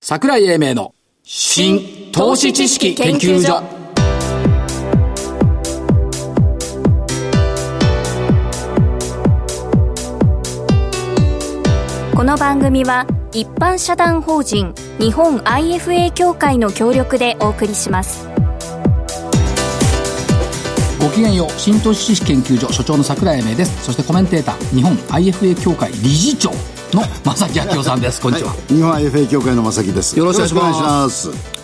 桜井英明の新投資知識研究所この番組は一般社団法人日本 IFA 協会の協力でお送りしますごきげんよう新投資知識研究所所長の桜井英明ですそしてコメンテーター日本 IFA 協会理事長の正木明夫さんですこんにちは、日本 IFA 協会の正木ですよろしくお願いしますよろしくお願いします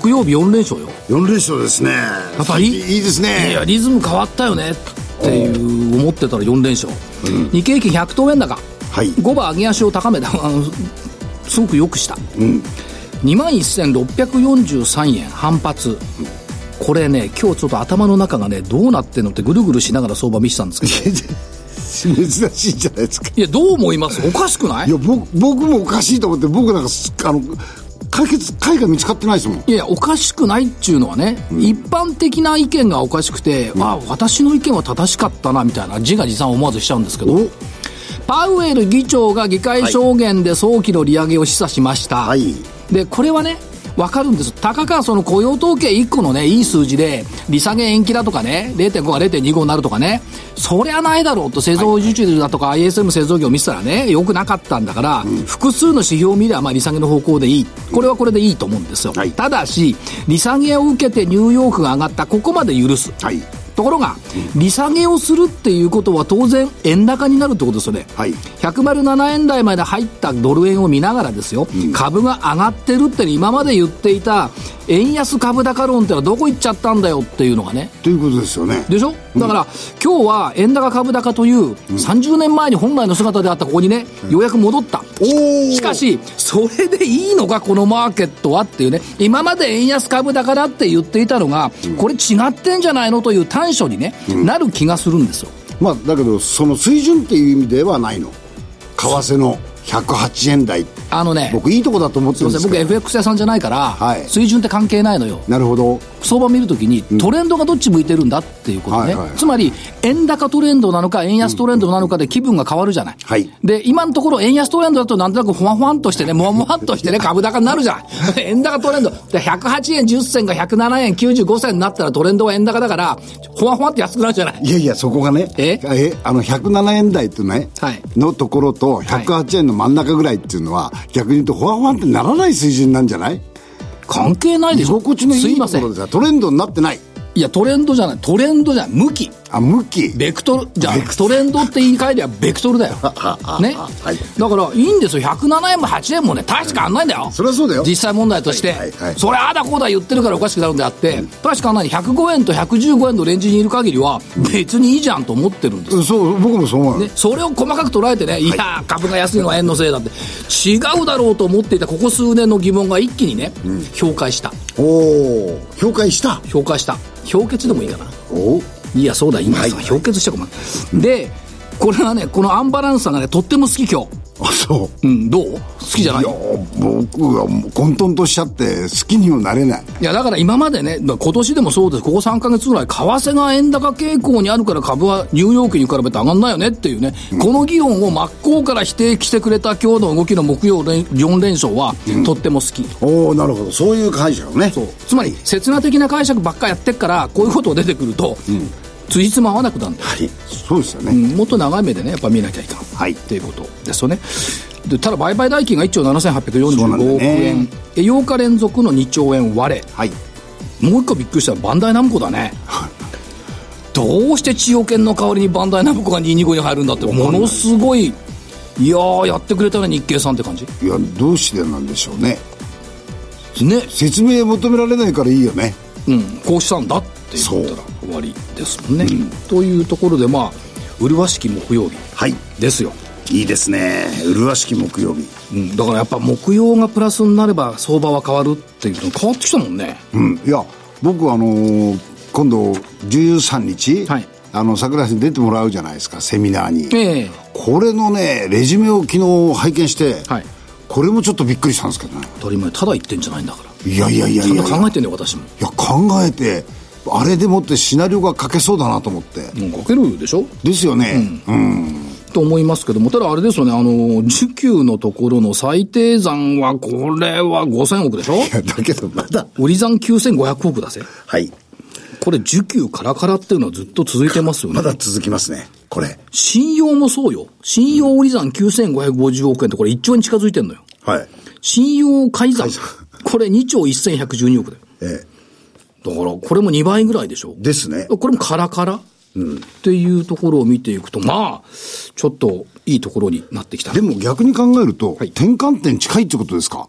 木曜日4連勝よ4連勝ですねやっぱりいいですいやねリズム変わったよねっていう思ってたら4連勝、日経平均100等円高はい5番上げ足を高めたあのすごくよくした、2万1643円反発、これね今日ちょっと頭の中がねどうなってんのってぐるぐるしながら相場見てたんですけど 珍しいじゃないですか いやどう思いますおかしくないいや僕僕もおかしいと思って僕なんかすあの解決解が見つかってないですもんいやいやおかしくないっちゅうのはね、一般的な意見がおかしくて、あ私の意見は正しかったなみたいな自画自賛を思わずしちゃうんですけどおパウエル議長が議会証言で早期の利上げを示唆しました、はいでこれはねわかるんですたかがその雇用統計1個のねいい数字で利下げ延期だとかね0.5が0.25になるとかねそりゃないだろうと製造受注だとか ISM 製造業を見てたらね良くなかったんだから、複数の指標を見ればまあ利下げの方向でいいこれはこれでいいと思うんですよ、はいただし利下げを受けてニューヨークが上がったここまで許す、はいところが、利下げをするっていうことは当然円高になるってことですよね。はい107円台まで入ったドル円を見ながらですよ、株が上がってるって今まで言っていた円安株高論ってのはどこ行っちゃったんだよっていうのがね。ということですよねでしょだから、今日は円高株高という30年前に本来の姿であったここにね、ようやく戻った。おおしかし、それでいいのか、このマーケットはっていうね、今まで円安株高だって言っていたのが、これ違ってんじゃないのという短所に、ねなる気がするんですよ。まあだけどその水準っていう意味ではないの為替の108円台あのね、僕いいとこだと思っすているんまでせん、す僕、けど FX 屋さんじゃないから、はい水準って関係ないのよ。なるほど相場見るときにトレンドがどっち向いてるんだっていうことね、はいはいつまり円高トレンドなのか円安トレンドなのかで気分が変わるじゃない、はいで今のところ円安トレンドだとなんとなくほわほわんとしてねもわもわんとしてね株高になるじゃない 円高トレンドで108円10銭が107円95銭になったらトレンドは円高だからほわほわって安くなるじゃないいやいやそこがねえあの107円台ってね、はいのところと108円の真ん中ぐらいっていうのは、逆に言うとほわほわってならない水準なんじゃない関係ないで居しょ心地のいすいいとませころんでさトレンドになってないいやトレンドじゃないトレンドじゃない向きあ向きベクトル、じゃあ、トレンドって言い換えりゃベクト ルだよ。ね。はいだから、いいんですよ。107円も8円もね、大して変わんないんだよ。そりゃそうだよ実際問題として。はいはいはいそれ、ああだこうだ言ってるからおかしくなるんであって、大して変わんない。105円と115円のレンジにいる限りは、別にいいじゃんと思ってるんですよ。うんそう僕もそう思うよ、ね、それを細かく捉えてね、いやー、株が安いのは円のせいだって、違うだろうと思っていたここ数年の疑問が一気にね、評価した。おお評価した評価した。評決でもいいかな。おいや、そうだ、今さ、はい氷結しちゃ困る。で、これはね、このアンバランスさがね、とっても好き今日。あそううん、どう好きじゃないいや僕はもう混沌としちゃって好きにもなれないいや、だから今までね、まあ今年でもそうです。ここ3ヶ月ぐらい、為替が円高傾向にあるから株はニューヨークに比べて上がんないよねっていうね、この議論を真っ向から否定してくれた今日の動きの木曜連4連勝は、とっても好き。おおなるほどそういう解釈ねそうつまり、刹那的な解釈ばっかやってっから、こういうことが出てくると、ついつま合わなくなるんだよはいそうですよね、もっと長い目でねやっぱ見なきゃいかん、はいっていうことですよねでただ売買代金が1兆そうなんだ7845よ億円、ねえ8日連続の2兆円割れはいもう一個びっくりしたのはバンダイナムコだ ねどうして千代券の代わりにバンダイナムコが225に入るんだってものすごいいやーやってくれたね日経さんって感じいやどうしてなんでしょうねね説明求められないからいいよねうんこうしたんだって言ったら終わりですもんね、というところでまあ麗しき木曜日はいですよいいですね麗しき木曜日うん、だからやっぱ木曜がプラスになれば相場は変わるっていうの変わってきたもんねうんいや僕あのー今度13日、はいあの桜井さんに出てもらうじゃないですかセミナーに、ええこれのねレジュメを昨日拝見して、はいこれもちょっとびっくりしたんですけどね当たり前ただ言ってんじゃないんだからいやいやいやいちゃやんいとや考えてんねよ私もいや考えてあれでもってシナリオが書けそうだなと思って、もうかけるでしょですよねうん、と思いますけども、ただあれですよね、あの、需給のところの最低算は、これは5000億でしょいや だけどまだ。売り算9500億だぜ。はい。これ、需給カラカラっていうのはずっと続いてますよねま。だ続きますね。これ。信用もそうよ。信用売り算9550億円ってこれ1兆円近づいてんのよ。はい。信用改ざん算。これ2兆1112億だよ。えだから、これも2倍ぐらいでしょえ。ですね。これもカラカラ、っていうところを見ていくと、まあ、ちょっといいところになってきた。でも逆に考えると、はい転換点近いってことですか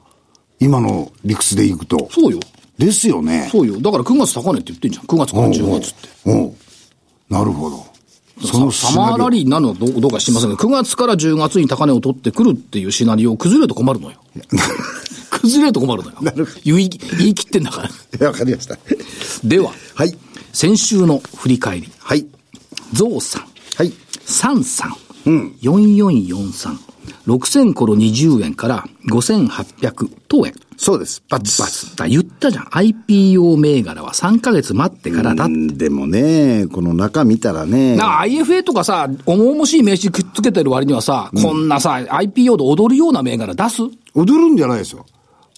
今の理屈でいくと。そうよ。ですよね。そうよ。だから9月高値って言ってんじゃん。9月から10月って。おうなるほど。そのサマーラリリーになるのはどうどうかしてませんが、9月から10月に高値を取ってくるっていうシナリオ、崩れると困るのよ。 崩れると困るのよ。言い言い切ってんだから。ー。わかりました。 では、はい。先週の振り返り。はい。ゾウさん、はい。 33、4443、6000コロ20円から5800等円。そうです。ババツだ言ったじゃん。IPO 銘柄は3ヶ月待ってからだって。でもね、この中見たらね。な IFA とかさ、重々しい名刺くっつけてる割にはさ、こんなさ、IPO で踊るような銘柄出す踊るんじゃないですよ。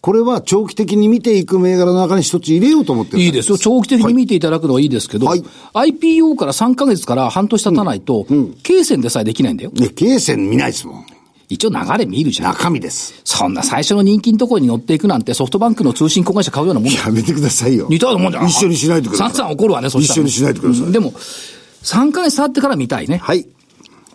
これは長期的に見ていく銘柄の中に一つ入れようと思ってる。いいですよ。長期的に見ていただくのはいいですけど、はい IPO から3ヶ月から半年経たないと、経線でさえできないんだよ。ね、経線見ないですもん。一応流れ見るじゃん。中身です。そんな最初の人気のところに乗っていくなんてソフトバンクの通信子会社買うようなもんだよ。やめてくださいよ。似たようなもんじゃん。一緒にしないでください。さんさん怒るわね、そしたらね一緒にしないでくださいうんでも、3ヶ月経ってから見たいね。はい。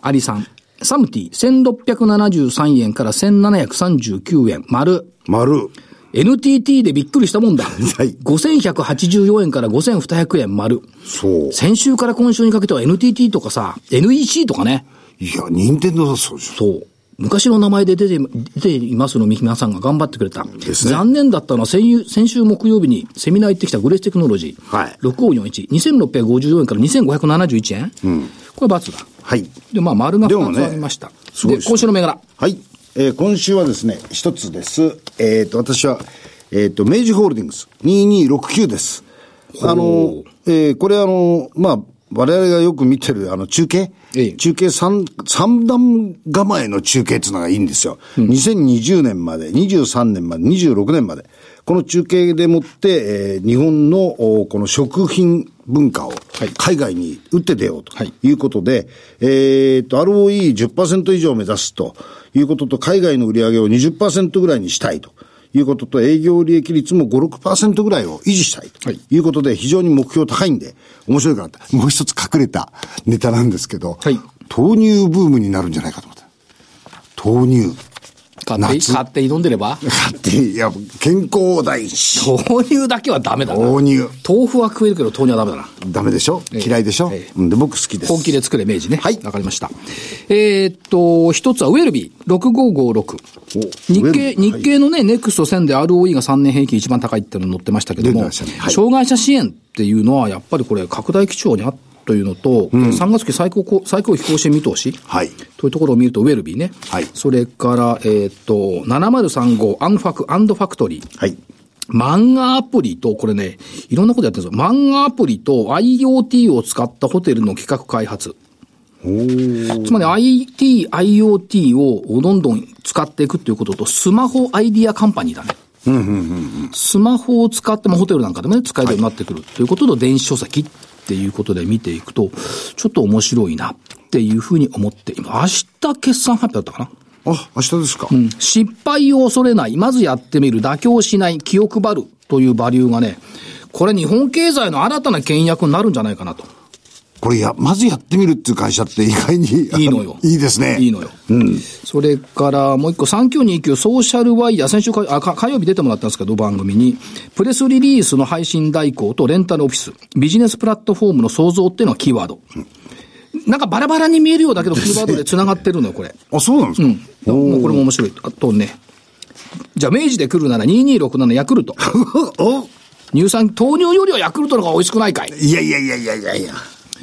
アリさん。サムティ、1673円から1739円、丸。丸。 NTT でびっくりしたもんだ。い5184円から5200円、丸。そう。先週から今週にかけては NTT とかさ、NEC とかね。いや、任天堂だそうですよ。そう。昔の名前で出て、出ていますの、皆さんが頑張ってくれた。ですね残念だったのは先週、先週木曜日にセミナー行ってきたグレーステクノロジー。はい6541。2654円から2571円。うん。これ×だ。はい。で、まあ、丸がでも2つねありました。すごいで、ですね今週の銘柄。はい。えー今週はですね、一つです。えっ、と、私は、えっ、と、明治ホールディングス2269です。あの、えーこれあの、まあ、我々がよく見てるあの中継、ええ中継三、三段構えの中継っていうのがいいんですよ。2020年まで、23年まで、26年まで。この中継でもって、えー日本のおこの食品文化をはい海外に打って出ようとはいということで、えっと、ROE10% 以上を目指すということと、海外の売り上げを20%ぐらいにしたいと。いうことと、営業利益率も5、6%ぐらいを維持したいとはいいうことで、非常に目標高いんで、面白いかなって。もう一つ隠れたネタなんですけど、はい豆乳ブームになるんじゃないかと思って。豆乳。買って、夏買って挑んでればだって、いや、健康第一。豆乳だけはダメだな。豆乳。豆腐は食えるけど豆乳はダメだな。ダメでしょええ嫌いでしょ、ええうんで、僕好きです。本気で作れ、明治ね。はいわかりました。えーっと、一つはウェルビー、6556。ウェル日ビ経、ーはい日経のね、ネクスト1000で ROE が3年平均一番高いっていうの載ってましたけども、出てましたねはい障害者支援っていうのは、やっぱりこれ、拡大基調にあというのと、3月期最高こ、最高飛行支援見通し。はいというところを見ると、ウェルビーね。はいそれから、えーっと、7035、アンファク、アンドファクトリー。はい。漫画アプリと、これね、いろんなことやってるんですよ。漫画アプリと IoT を使ったホテルの企画開発。つまり IT、IoT をどんどん使っていくっていうことと、スマホアイディアカンパニーだね。スマホを使ってもホテルなんかでもね、使えるようになってくるということと、電子書籍っていうことで見ていくと、ちょっと面白いなっていうふうに思って、今、明日決算発表だったかなあ、明日ですか、失敗を恐れない、まずやってみる、妥協しない、気を配るというバリューがね、これ日本経済の新たな倹約になるんじゃないかなと。これや、まずやってみるっていう会社って意外に。。いいのよいいですね。いいのよ。それから、もう一個、3929ソーシャルワイヤー、先週火あか火曜日出てもらったんですけど、番組に、プレスリリースの配信代行とレンタルオフィス、ビジネスプラットフォームの創造っていうのがキーワード。なんかバラバラに見えるようだけど、キーワードで繋がってるのよ、これ。あ、そうなんですか、もうこれも面白い。あとね、じゃあ明治で来るなら2267ヤクルト。お乳酸、糖尿よりはヤクルトの方が美味しくないかい いやいやいやいやいやいや。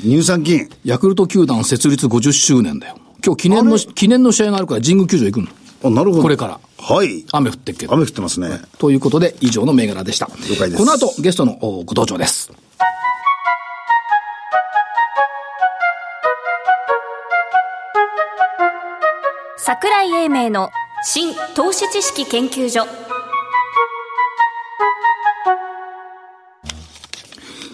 乳酸菌。ヤクルト球団設立50周年だよ。今日記念の、記念の試合があるから神宮球場行くの。あ、なるほど。これから。はい。雨降ってっけど。雨降ってますね。ということで、以上の銘柄でした。了解ですこの後、ゲストのおご登場です。 「桜井英明の新投資知識研究所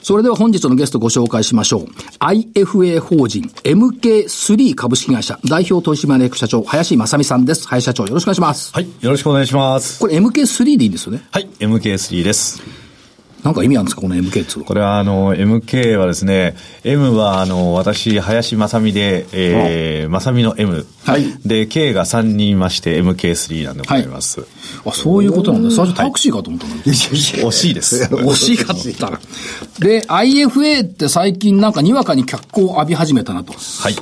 それでは本日のゲストご紹介しましょう。IFA 法人 MK3 株式会社代表取締役社長林正美さんです。林社長よろしくお願いします。はい。よろしくお願いします。これ MK3 でいいんですよね。はい。MK3 です。なんか意味あるんですかこの MK っつうのこれは、あの、MK はですね、M は、あの、私、林正美で、えー、正美の M。はいで、K が3人いまして、MK3 なんでございます。あ、そういうことなんだ。最初タクシーかと思ったのに。惜し いです。惜しかったな。で、IFA って最近なんかにわかに脚光を浴び始めたなと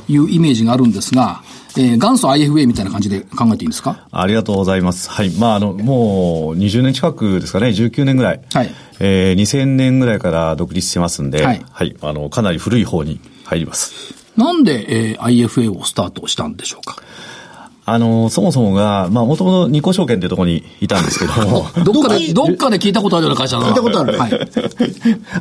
いいうイメージがあるんですが、えー元祖 IFA みたいな感じで考えていいんですかありがとうございます。はい。まあ、あの、もう20年近くですかね、19年ぐらい。はいえー、2000年ぐらいから独立してますんで、はいあの、かなり古い方に入ります。なんで、えー IFA をスタートしたんでしょうかあの、そもそもが、まあ、もともと日光証券というところにいたんですけども、どっかで、どっかで聞いたことあるような会社だな。聞いたことあるねはい。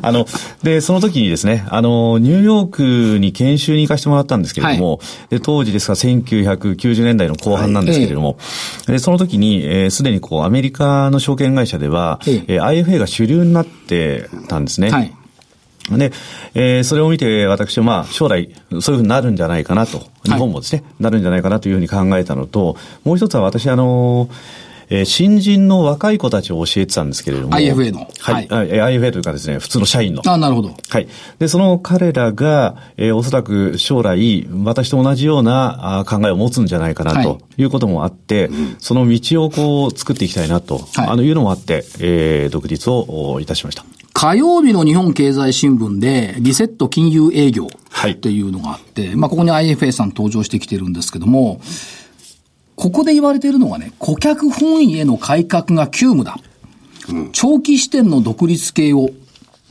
あの、で、その時にですね、あの、ニューヨークに研修に行かせてもらったんですけれども、で、当時ですから1990年代の後半なんですけれども、で、その時に、えーすでにこう、アメリカの証券会社では、えええー IFA が主流になってたんですね。はい。で、えーそれを見て私はまあ将来そういうふうになるんじゃないかなと、日本もですね、なるんじゃないかなというふうに考えたのと、もう一つは私あのえー新人の若い子たちを教えてたんですけれども。 IFA のはい。はあえー IFA というかですね、普通の社員の。あ、なるほど。はい。で、その彼らが、えーおそらく将来、私と同じようなあー考えを持つんじゃないかな、はいということもあって、その道をこう、作っていきたいなと、はいあの、いうのもあって、えー独立をおいたしました。火曜日の日本経済新聞で、リセット金融営業はいっていうのがあって、まあ、ここに IFA さん登場してきてるんですけども、ここで言われているのがね、顧客本位への改革が急務だ。長期視点の独立系を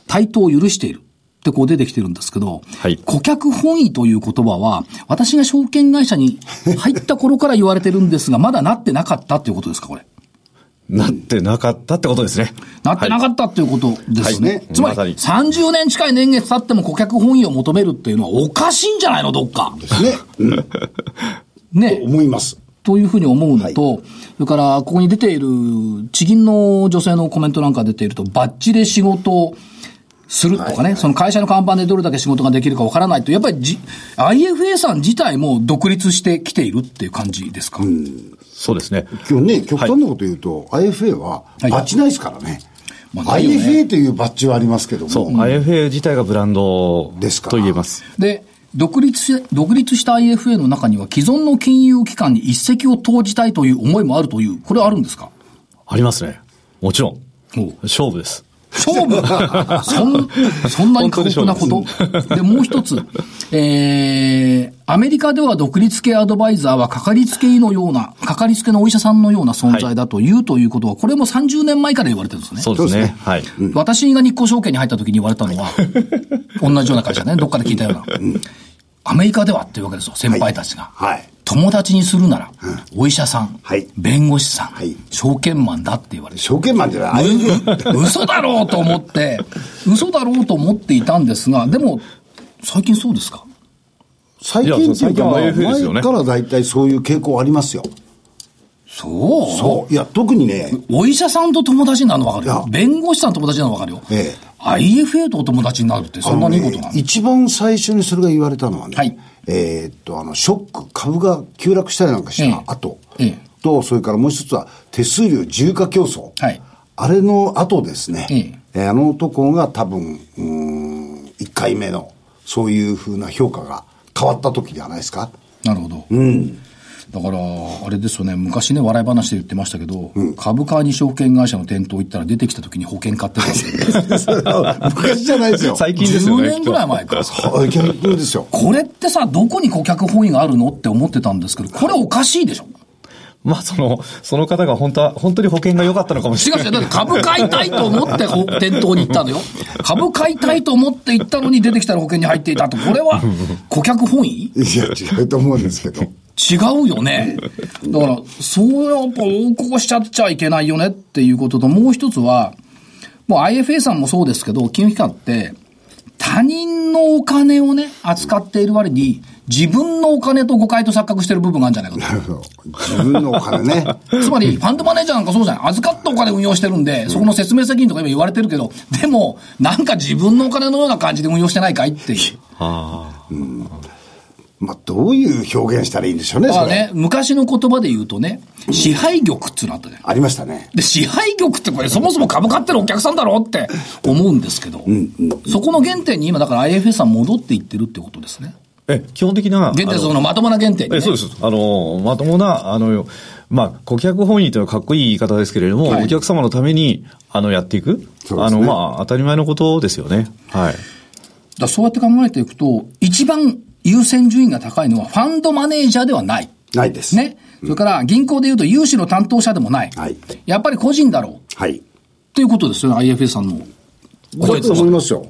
対等を許している。ってこう出てきてるんですけど、はい顧客本位という言葉は、私が証券会社に入った頃から言われてるんですが、まだなってなかったっていうことですか、これ。なってなかったってことですね。なってなかったっていうことですよね。はいつままさり、に30年近い年月経っても顧客本位を求めるっていうのはおかしいんじゃないの、どっか。ね、うんね。思います。というふうに思うのと、それから、ここに出ている、地銀の女性のコメントなんか出ていると、バッジで仕事をするとかね、その会社の看板でどれだけ仕事ができるかわからないと、やっぱりじ IFA さん自体も独立してきているっていう感じですか。そうですね。今日ね、極端なこと言うと、IFA ははいバッジないですからね。まあないよね IFA というバッジはありますけども。そう、IFA 自体がブランドですからと言えます。で、独立し、独立した IFA の中には既存の金融機関に一石を投じたいという思いもあるという、これはあるんですかありますね。もちろんおう。勝負です。勝 負そん、そんなに過酷なこと本でもう一つ。えー、アメリカでは独立系アドバイザーはかかりつけ医のような、かかりつけのお医者さんのような存在だという、ということは、これも30年前から言われてるんですね。そうですね。はい。私が日興証券に入った時に言われたのは、同じような会社ね、どっかで聞いたような。アメリカではっていうわけですよ、先輩たちが。はい。友達にするなら、お医者さん、はい弁護士さん、はい証券マンだって言われて、証券マンじゃない。う嘘だろうと思って、 嘘だろうと思っていたんですが、でも、最近そうですか最近っていうか、まあいやそう最近は IFA ですよね前から大体そういう傾向ありますよ。そうそう。いや、特にね、お医者さんと友達になるの分かるよ。いや弁護士さんと友達になるの分かるよ。ええ IFA とお友達になるってそんなにいいことなあののね一番最初にそれが言われたのはね、はいえーっと、あの、ショック、株が急落したりなんかしええた後、ええと、それからもう一つは、手数料自由化競争。はいあれの後ですね、ええーあのとこが多分、うーん、1回目の、そういうふうな評価が変わった時じゃないです か。なるほど。だから、あれですよね、昔ね、笑い話で言ってましたけど、株価に証券会社の店頭行ったら出てきた時に保険買ってたんです よ。それは昔じゃないですよ。最近ですよ10ね。年ぐらい前か。あ逆にですよ。これってさ、どこに顧客本位があるのって思ってたんですけど、これおかしいでしょまあ、その、その方が本当は、本当に保険が良かったのかもし違れう 違なう、い。だって株買いたいと思ってほ店頭に行ったのよ。 株買いたいと思って行ったのに出てきたら保険に入っていたと。これ は顧客本位いや、違うと思うんですけど。違うよね。だから、そうやっぱ横行しちゃっちゃいけないよねっていうことと、もう一つは、もう IFA さんもそうですけど、金融機関って、他人のお金をね、扱っている割に、自分のお金と誤解と錯覚してる部分があるんじゃないか自分のお金ね。と。 つまり、ファンドマネージャーなんかそうじゃない。預かったお金運用してるんで、そこの説明責任とか今言われてるけど、でも、なんか自分のお金のような感じ で運用してないかいっていう。まあ、どういう表現したらいいんでしょうね、だかそられ。ね、昔の言葉で言うとね、支配玉っていうのあったじゃない。ありましたね。で、支配局ってこれそもそも株買ってるお客さんだろうって思うんですけど、そこの原点に今だから IFS さん戻っていってるってことですね。え、基本的な。原点、あのそのまともな原点に、ね。えそうです。あの、まともな、あの、まあ、顧客本位というのはかっこいい言い方ですけれども、はいお客様のために、あの、やっていく。そうであすねの、まあ、当たり前のことですよね。はだい。からそうやって考えていくと、一番優先順位が高いのはファンドマネージャーではない。ないです。。ね。それから銀行で言うと融資の担当者でもない。はいやっぱり個人だろう。はい。ということですよね、IFS さんの。だと思いますよ。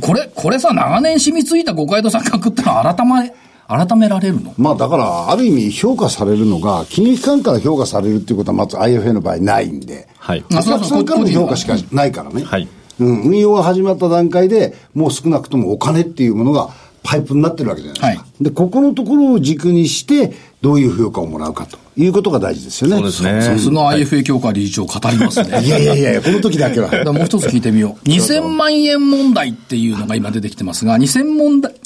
これ、これさ、長年染みついた誤解と錯覚ってのは改め、改められるのまあだから、ある意味評価されるのが、金融機関から評価されるっていうことはまず IFA の場合ないんで、はいお客さんからの評価しかないからね。はいうん、運用が始まった段階でもう少なくともお金っていうものがパイプになってるわけじゃないですか。はで、ここのところを軸にして、どういう評価をもらうかということが大事ですよね。そうですね。さすが IFA 協会理事長語りますね。 いやいやいやいや、この時だけ は。だからもう一つ聞いてみよう。2000万円問題っていうのが今出てきてますが、2000問題、ん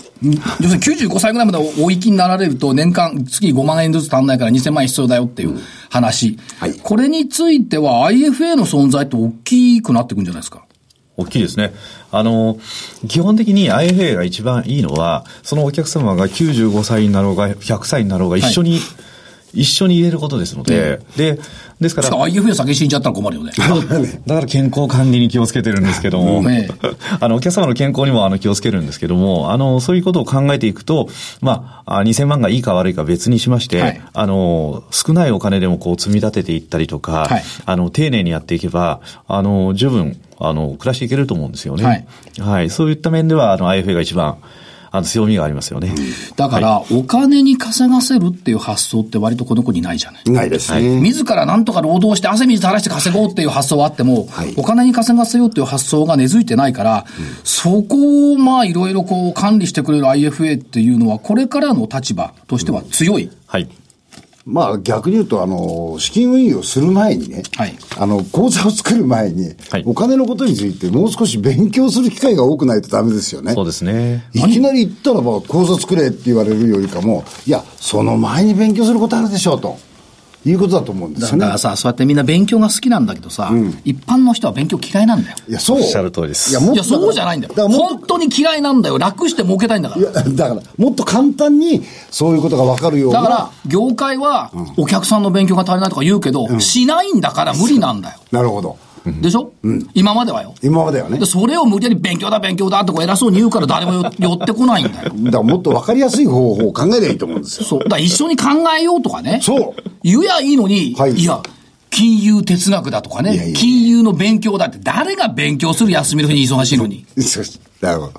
要するに95歳ぐらいまでおお生きになられると年間月5万円ずつ足んないから2000万円必要だよっていう話。はいこれについては IFA の存在って大きくなってくんじゃないですか。大きいですね。あの、基本的に IFA が一番いいのは、そのお客様が95歳になろうが、100歳になろうが、一緒に、一緒に入れることですので、で、ですからしか、も IFA 先死んじゃったら困るよね。だから健康管理に気をつけてるんですけども、ええ あの、お客様の健康にもあの気をつけるんですけども、あの、そういうことを考えていくと、まあ、あ2000万がいいか悪いか別にしまして、はいあの、少ないお金でもこう積み立てていったりとか、はいあの、丁寧にやっていけば、あの、十分、あの、暮らしていけると思うんですよね。はい。はい。そういった面では、あの、IFA が一番、あの、強みがありますよね。だから、お金に稼がせるっていう発想って割とこの子にないじゃない。ないですね。自らなんとか労働して汗水垂らして稼ごうっていう発想はあっても、はいお金に稼がせようっていう発想が根付いてないから、そこをまあいろいろこう管理してくれる IFA っていうのは、これからの立場としては強い。はい。まあ逆に言うと、あの、資金運用する前にね、はいあの、口座を作る前に、はいお金のことについてもう少し勉強する機会が多くないとダメですよね。そうですね。いきなり言ったらば、口座作れって言われるよりかも、いや、その前に勉強することあるでしょうと、いうことだと思うんですだよねか。らさ、そうやってみんな勉強が好きなんだけどさ、一般の人は勉強嫌いなんだよ。いや、そう。おっしゃる通りですいや、もっいとや、そうじゃないんだよ。からもっと本当に嫌いなんだよ。楽して儲けたいんだかいら。や、だから、もっと簡単に、そういうことがわかるような。だから、業界は、お客さんの勉強が足りないとか言うけど、しないんだから無理なんだよ。なるほど。でしょ、今まではよ。今まではねで、。それを無理やり勉強だ勉強だとか偉そうに言うから誰もよ寄ってこないんだよ。だからもっとわかりやすい方法を考えればいいと思うんですよ。そう。だから一緒に考えようとかね。そう言やいいのに、はいい、や、金融哲学だとかねいやいや金融の勉強だって誰が勉強する休みの日に忙しいのに。そう なるほど。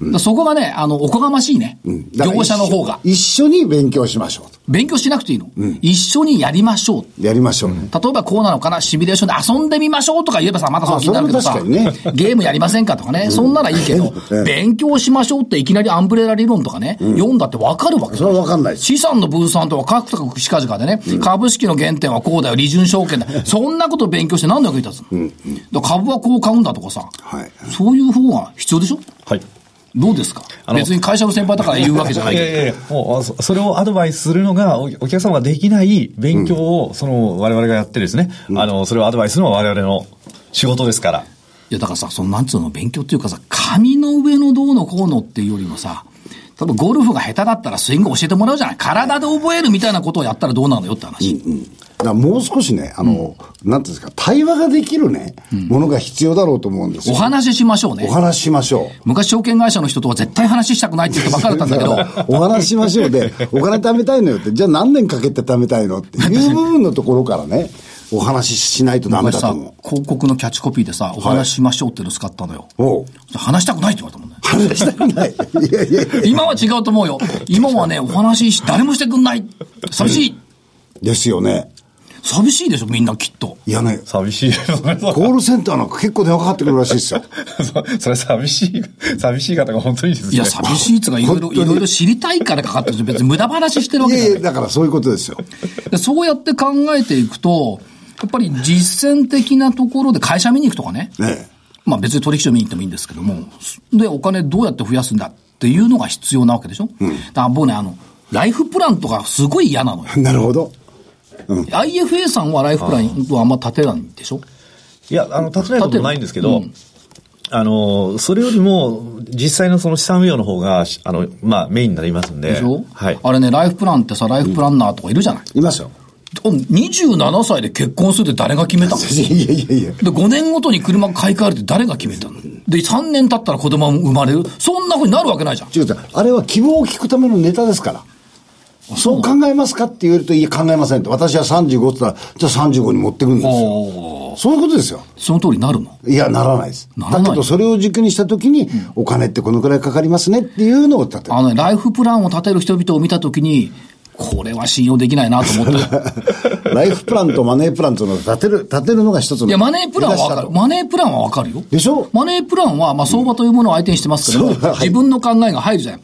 だからそこがね、あの、おこがましいね。だから業者の方が。一緒一緒に勉強しましょうと。勉強しなくていいの。一緒にやりましょう。やりましょうね。例えばこうなのかな、シミュレーションで遊んでみましょうとか言えばさ、またその気になるけどさ、あそれも確かゲームやりませんかとかね、そんならいいけど、ええ勉強しましょうっていきなりアンブレラ理論とかね、読んだってわかるわけそれはわかんないです。資産の分散とは各々くしかじかでね、株式の原点はこうだよ、利潤証 券だ。そんなこと勉強して何の役に立つの、だから株はこう買うんだとかさ、はいそういう方が必要でしょはい。どうですかあの別に会社の先輩だから言うわけじゃないいけやどい。やいや、もうあそそれをアドバイスするのが、おお客様ができない勉強を、その、我々がやってですね、あの、それをアドバイスするのは我々の仕事ですから。いや、だからさ、そのなんつうの、勉強っていうかさ、紙の上のどうのこうのっていうよりもさ、例えばゴルフが下手だったらスイング教えてもらうじゃない体で覚えるみたいなことをやったらどうなのよって話。だからもう少しね、あの、なんていうんですか、対話ができるね、ものが必要だろうと思うんですおよ。話ししましょうねお。話ししましょう。昔証券会社の人とは絶対話したくないって言ってばっかりだったんだけど、からお話ししましょうで、お金貯めたいのよって、じゃあ何年かけて貯めたいのっていう部分のところからね、お話ししないと ダメだとさ、思広告のキャッチコピーでさ、お話ししましょうっていうの使ったのよ。う。おう。話したくないって言われたもんね。話したくない。 いやいやいや。今は違うと思うよ。今はね、お話し、誰もしてくんない。寂しい。ですよね。寂しいでしょ、みんなきっと。いやね、寂しい。 コールセンターなんか結構電話かかってくるらしいですよ。そそれ寂しい、寂しい方が本当にですね。いや、寂しいっつうか、いろいろ、い本当にろいろ知りたいからかかってるんですよ別に無駄話してるわいけじゃやないいや、だからそういうことですよ。でそうやって考えていくと、やっぱり実践的なところで会社見に行くとかね。ねまあ別に取引所見に行ってもいいんですけども、で、お金どうやって増やすんだっていうのが必要なわけでしょ、だから僕ね、あの、ライフプランとかすごい嫌なのよ。え なるほど。 IFA さんはライフプランはあんま立てないんでしょいや、あの、立てないこともないんですけど、立てるあの、それよりも、実際のその資産運用の方が、しあの、まあ、メインになりますんで。でしょ、はい。あれね、ライフプランってさ、ライフプランナーとかいるじゃない、いますよ。 27歳で結婚するって誰が決めたの いやいやいやいや。で、5年ごとに車買い替えるって誰が決めたので、3年経ったら子供生まれるそんな風になるわけないじゃん。違う違うあれは希望を聞くためのネタですから。そう考えますかって言えると、いや、考えませんと。私は35って言ったら、じゃあ35に持ってくるんですよ。おーそういうことですよ。その通りになるのいや、ならないです。ならないだけど、それを軸にしたときに、お金ってこのくらいかかりますねっていうのを立てる。あのね、ライフプランを立てる人々を見たときに、これは信用できないなと思った。 ライフプランとマネープランというのを立てる、立てるのが一つの。いや、マネープランはわかる。マネープランはわかるよ。でしょマネープランは、まあ、相場というものを相手にしてますけども、そうはい自分の考えが入るじゃない、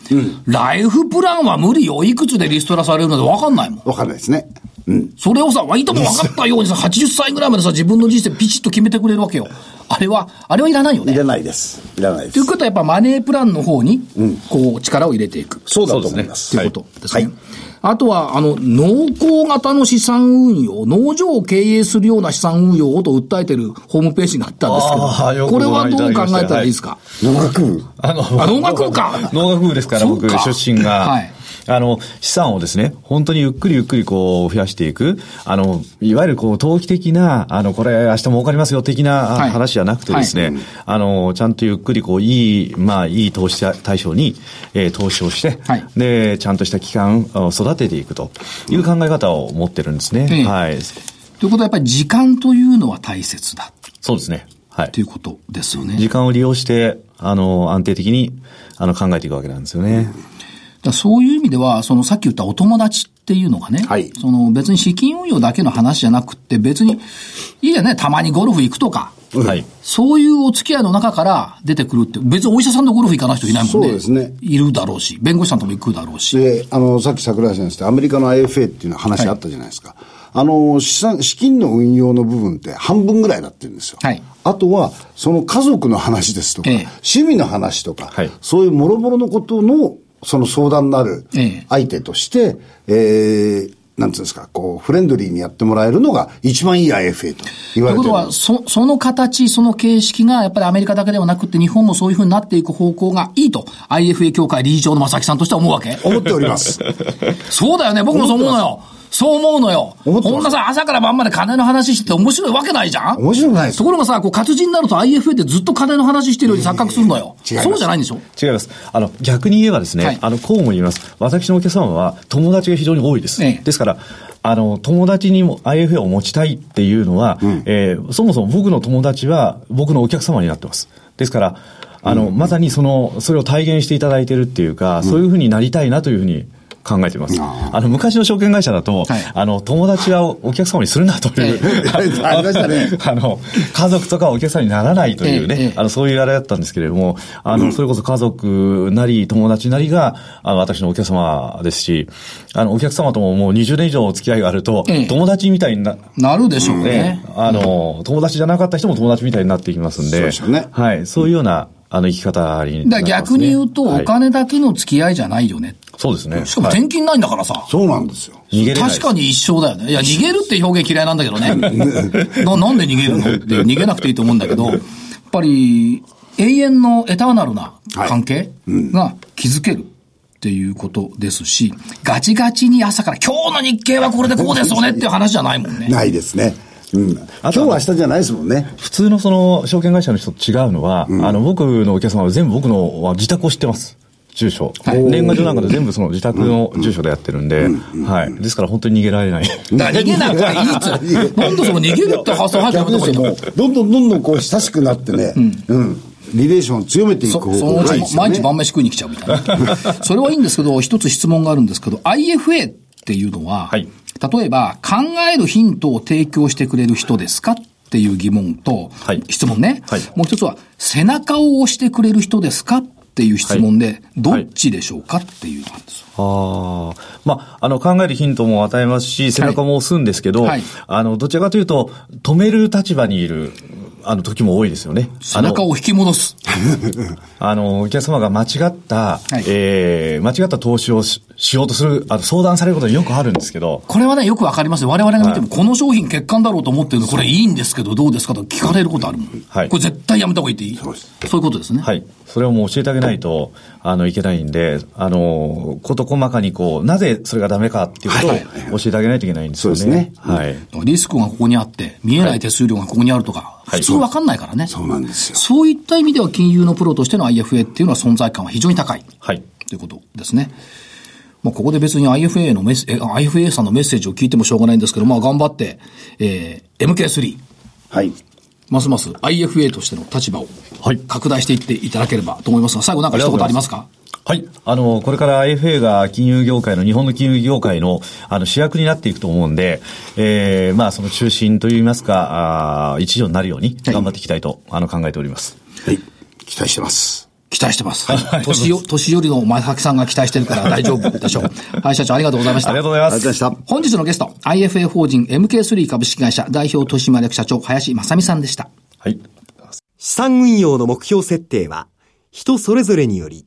ライフプランは無理よ。いくつでリストラされるのでわかんないもん。わかんないですね。うん。それをさ、割とも分かったようにさ、80歳ぐらいまでさ、自分の人生ピチッと決めてくれるわけよ。あれは、あれはいらないよいね。らないです。いらないでとすいう。ことはやっぱマネープランの方に、こう、力を入れていく。そうだと思います。ということですね。はいあとは、あの、農耕型の資産運用、農場を経営するような資産運用をと訴えてるホームページがあったんあーですけよど、くこごれは覧いどたうだき考ましたえたらいいですか、農学部あの、あ農学部か農学部ですから、そう僕、か出身が、はいあの、資産をですね、本当にゆっくりゆっくりこう、増やしていく、あの、いわゆるこう、投機的な、あの、これ、明日儲かりますよ、的なはいあ話じゃなくてですね、あの、ちゃんとゆっくりこう、いい、まあ、いい投資対象に、えー投資をして、はいで、ちゃんとした期間を育てていくという考え方を持ってるんですね。ええはい。ということはやっぱり時間というのは大切だそうですね。はいと。いうことですよね。時間を利用して、あの、安定的に、あの、考えていくわけなんですよね。だからそういう意味では、そのさっき言ったお友達っていうのがね、はいその別に資金運用だけの話じゃなくって、別に、いいよね、たまにゴルフ行くとか、はい。そういうお付き合いの中から出てくるって、別にお医者さんのゴルフ行かない人いないもんね。そうですねいるだろうし、弁護士さんとも行くだろうし。で、あの、さっき桜井さんが言ってたアメリカの IFA っていうの話あったじゃないですか。あの、資産、資金の運用の部分って半分ぐらいだって言うんですよ。はいあとは、その家族の話ですとか、ええ趣味の話とか、はいそういう諸々のことの、その相談になるええ相手として、えーなんつうんですか、こう、フレンドリーにやってもらえるのが一番いい IFA と言とわいうこれてるとは、そ、その形、その形式が、やっぱりアメリカだけではなくって、日本もそういうふうになっていく方向がいいと、IFA 協会理事長の正木さんとしては思うわけ。思っております。そうだよね、僕もそう思うのよ。そう思うのよ。思ってますこんなさ、朝から晩まで金の話してて 面白いわけないじゃん面白くないですところがさ、こう、活字になると IFA ってずっと金の話してるように錯覚するのよ。いやいや違いそますうじゃないんでしょ違います。あの、逆に言えばですね、はいあの、こうも言います。私のお客様は友達が非常に多いです。ええですから、あの、友達にも IFA を持ちたいっていうのは、えーそもそも僕の友達は僕のお客様になってます。ですから、あの、まさにその、それを体現していただいてるっていうか、そういうふうになりたいなというふうに、考えています。あの、昔の証券会社だはと、いあの、友達はお客様にするなという、ありましたね あの、家族とかお客様にならないというね、ええええあの、そういうあれだったんですけれども、あの、それこそ家族なり、友達なりが、あの、私のお客様ですし、あの、お客様とももう20年以上お付き合いがあると、ええ友達みたいにな、なるでしょうねね。、あの、友達じゃなかった人も友達みたいになっていきますんで、そうですよねはい、そういうような、あの、生き方になだからります逆にね言うと、はおい金だけの付き合いじゃないよね。そうですね。しかもはい転勤ないんだからさ。そうなんですよ。逃げれないです確かに一生だよね。いや、逃げるって表現嫌いなんだけどね。 ななんで逃げるのって、逃げなくていいと思うんだけど、やっぱり、永遠のエターナルな関係が築けるっていうことですし、ガチガチに朝から、今日の日経はこれでこうですよねっていう話じゃないもんね。ないですね。うん。今日は明日じゃないですもんね。普通のその証券会社の人と違うのは、あの僕のお客様は全部僕の自宅を知ってます。住所。い年賀状なんかで全部その自宅の住所でやってるんで、はい。ですから本当に逃げられない。だから逃げなくていいっ つう。なんでその逃げるって発想入って逆るとこですよ、にもう。どんどんどんどんこう親しくなってね、うん。リレーションを強めていくそ方その法うがいいでちすよ毎日ね。晩飯食いに来ちゃうみたいな。それはいいんですけど、一つ質問があるんですけど、IFA っていうのは、はい例えば、考えるヒントを提供してくれる人ですかっていう疑問と、はい質問ね、はいもう一つは、背中を押してくれる人ですかっていう質問で、どっちでしょうかっていうのがあるんですよ。 ああ。まあ、あの、考えるヒントも与えますし、背中も押すんですけど、はいあの、どちらかというと、止める立場にいる、あの、時も多いですよね。背中を引き戻す。あの、お客様が間違った、いえー間違った投資をししようとする、あの、相談されることによくあるんですけど、これはね、よくわかりますよ。我々が見ても、この商品欠陥だろうと思ってるの、これいいんですけど、どうですかと聞かれることあるもん。はいこれ絶対やめた方がいいっていい。そういうことですね。はい。それをもう教えてあげないと、あの、いけないんで、あの、こと細かにこう、なぜそれがダメかっていうことをはい教えてあげないといけないんですよね。そうですねはい。リスクがここにあって、見えない手数料がここにあるとか、は普い通わかんないからね。そうなんですよそういった意味では金融のプロとしての IFA っていうのは存在感は非常に高い。はい。ということですね。まあ、ここで別に IFA のメッセ、え IFA さんのメッセージを聞いてもしょうがないんですけど、まあ、頑張って、えー MK3、はい。ますます IFA としての立場をはい拡大していっていただければと思いますが、最後なんか一言ありますかはい。あの、これから IFA が金融業界の、日本の金融業界の、あの、主役になっていくと思うんで、えー、まあ、その中心といいますか、あー一助になるように頑張っていきたいと、あの、考えております。はい。期待してます。期待してます。年よ、年寄りの前崎さんが期待してるから大丈夫でしょう。はい、社長ありがとうございましあたりが。とうございあまりがとうございすま。した。本日のゲスト、IFA 法人 MK3 株式会社代表取締役社長、林正美さんでした。はい。資産運用の目標設定は人それぞれにより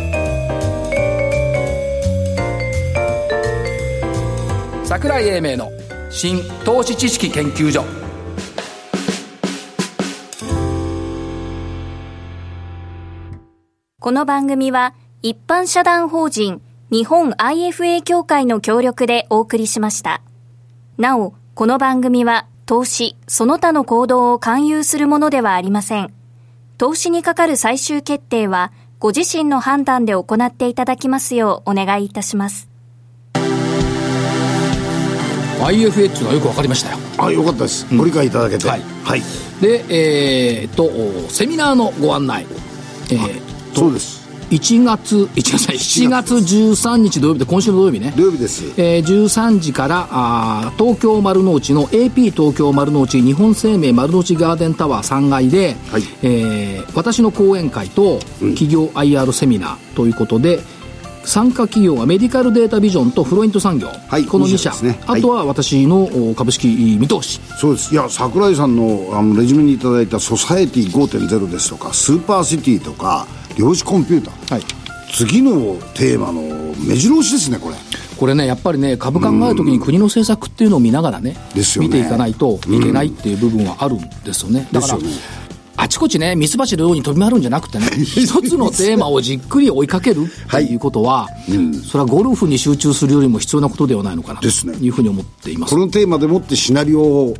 桜井英明の新投資知識研究所。この番組は一般社団法人日本 IFA 協会の協力でお送りしました。なお、この番組は投資、その他の行動を勧誘するものではありません。投資にかかる最終決定はご自身の判断で行っていただきますようお願いいたします。 IFA っていうのはよくわかりましたよ。あ、よかったです。ご理解いただけて。はいはい。で、えーっと、セミナーのご案内。えーそうです。 1月、1月、7月13日土曜日で、今週の土曜日ね。土曜日です。えー13時からあー東京丸の内の AP 東京丸の内日本生命丸の内ガーデンタワー3階で、はいえー私の講演会と企業 IR セミナーということで、参加企業はメディカルデータビジョンとフロイント産業、いこの2 2社社ですねはいあとは私のお株式見通しそうですいや桜井さんのあのレジュメにいただいた「ソサエティ5.0」ですとか「スーパーシティ」とか「量子コンピューター」はい次のテーマの目白押しですねこれこれねやっぱりね株考えるときに国の政策っていうのを見ながらねですよ見ねていかないといけないっていう部分はあるんですよね、だから、ですよねあちこちねミツバチのように飛び回るんじゃな くてね一つのテーマをじっくり追いかけるっていうことは、それはゴルフに集中するよりも必要なことではないのかなとですねいうふうに思っていますこのテーマでもってシナリオを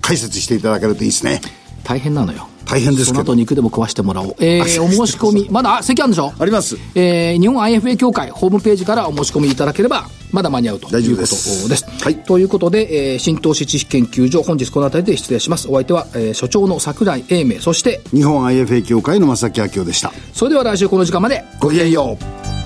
解説していただけるといいですね大変なのよ大変ですそけどの後肉でも食わしてもらおうえー、おあ申し込みまだあ席あるんでしょありますえー日本 IFA 協会ホームページからお申し込みいただければまだ間に合うと大い丈うこ夫とでですす。はいということで、えー新投資知識研究所本日この辺りで失礼します。お相手は、えー所長の桜井英明そして日本 IFA 協会の正木明夫でしたそれでは来週この時間までごきげんよう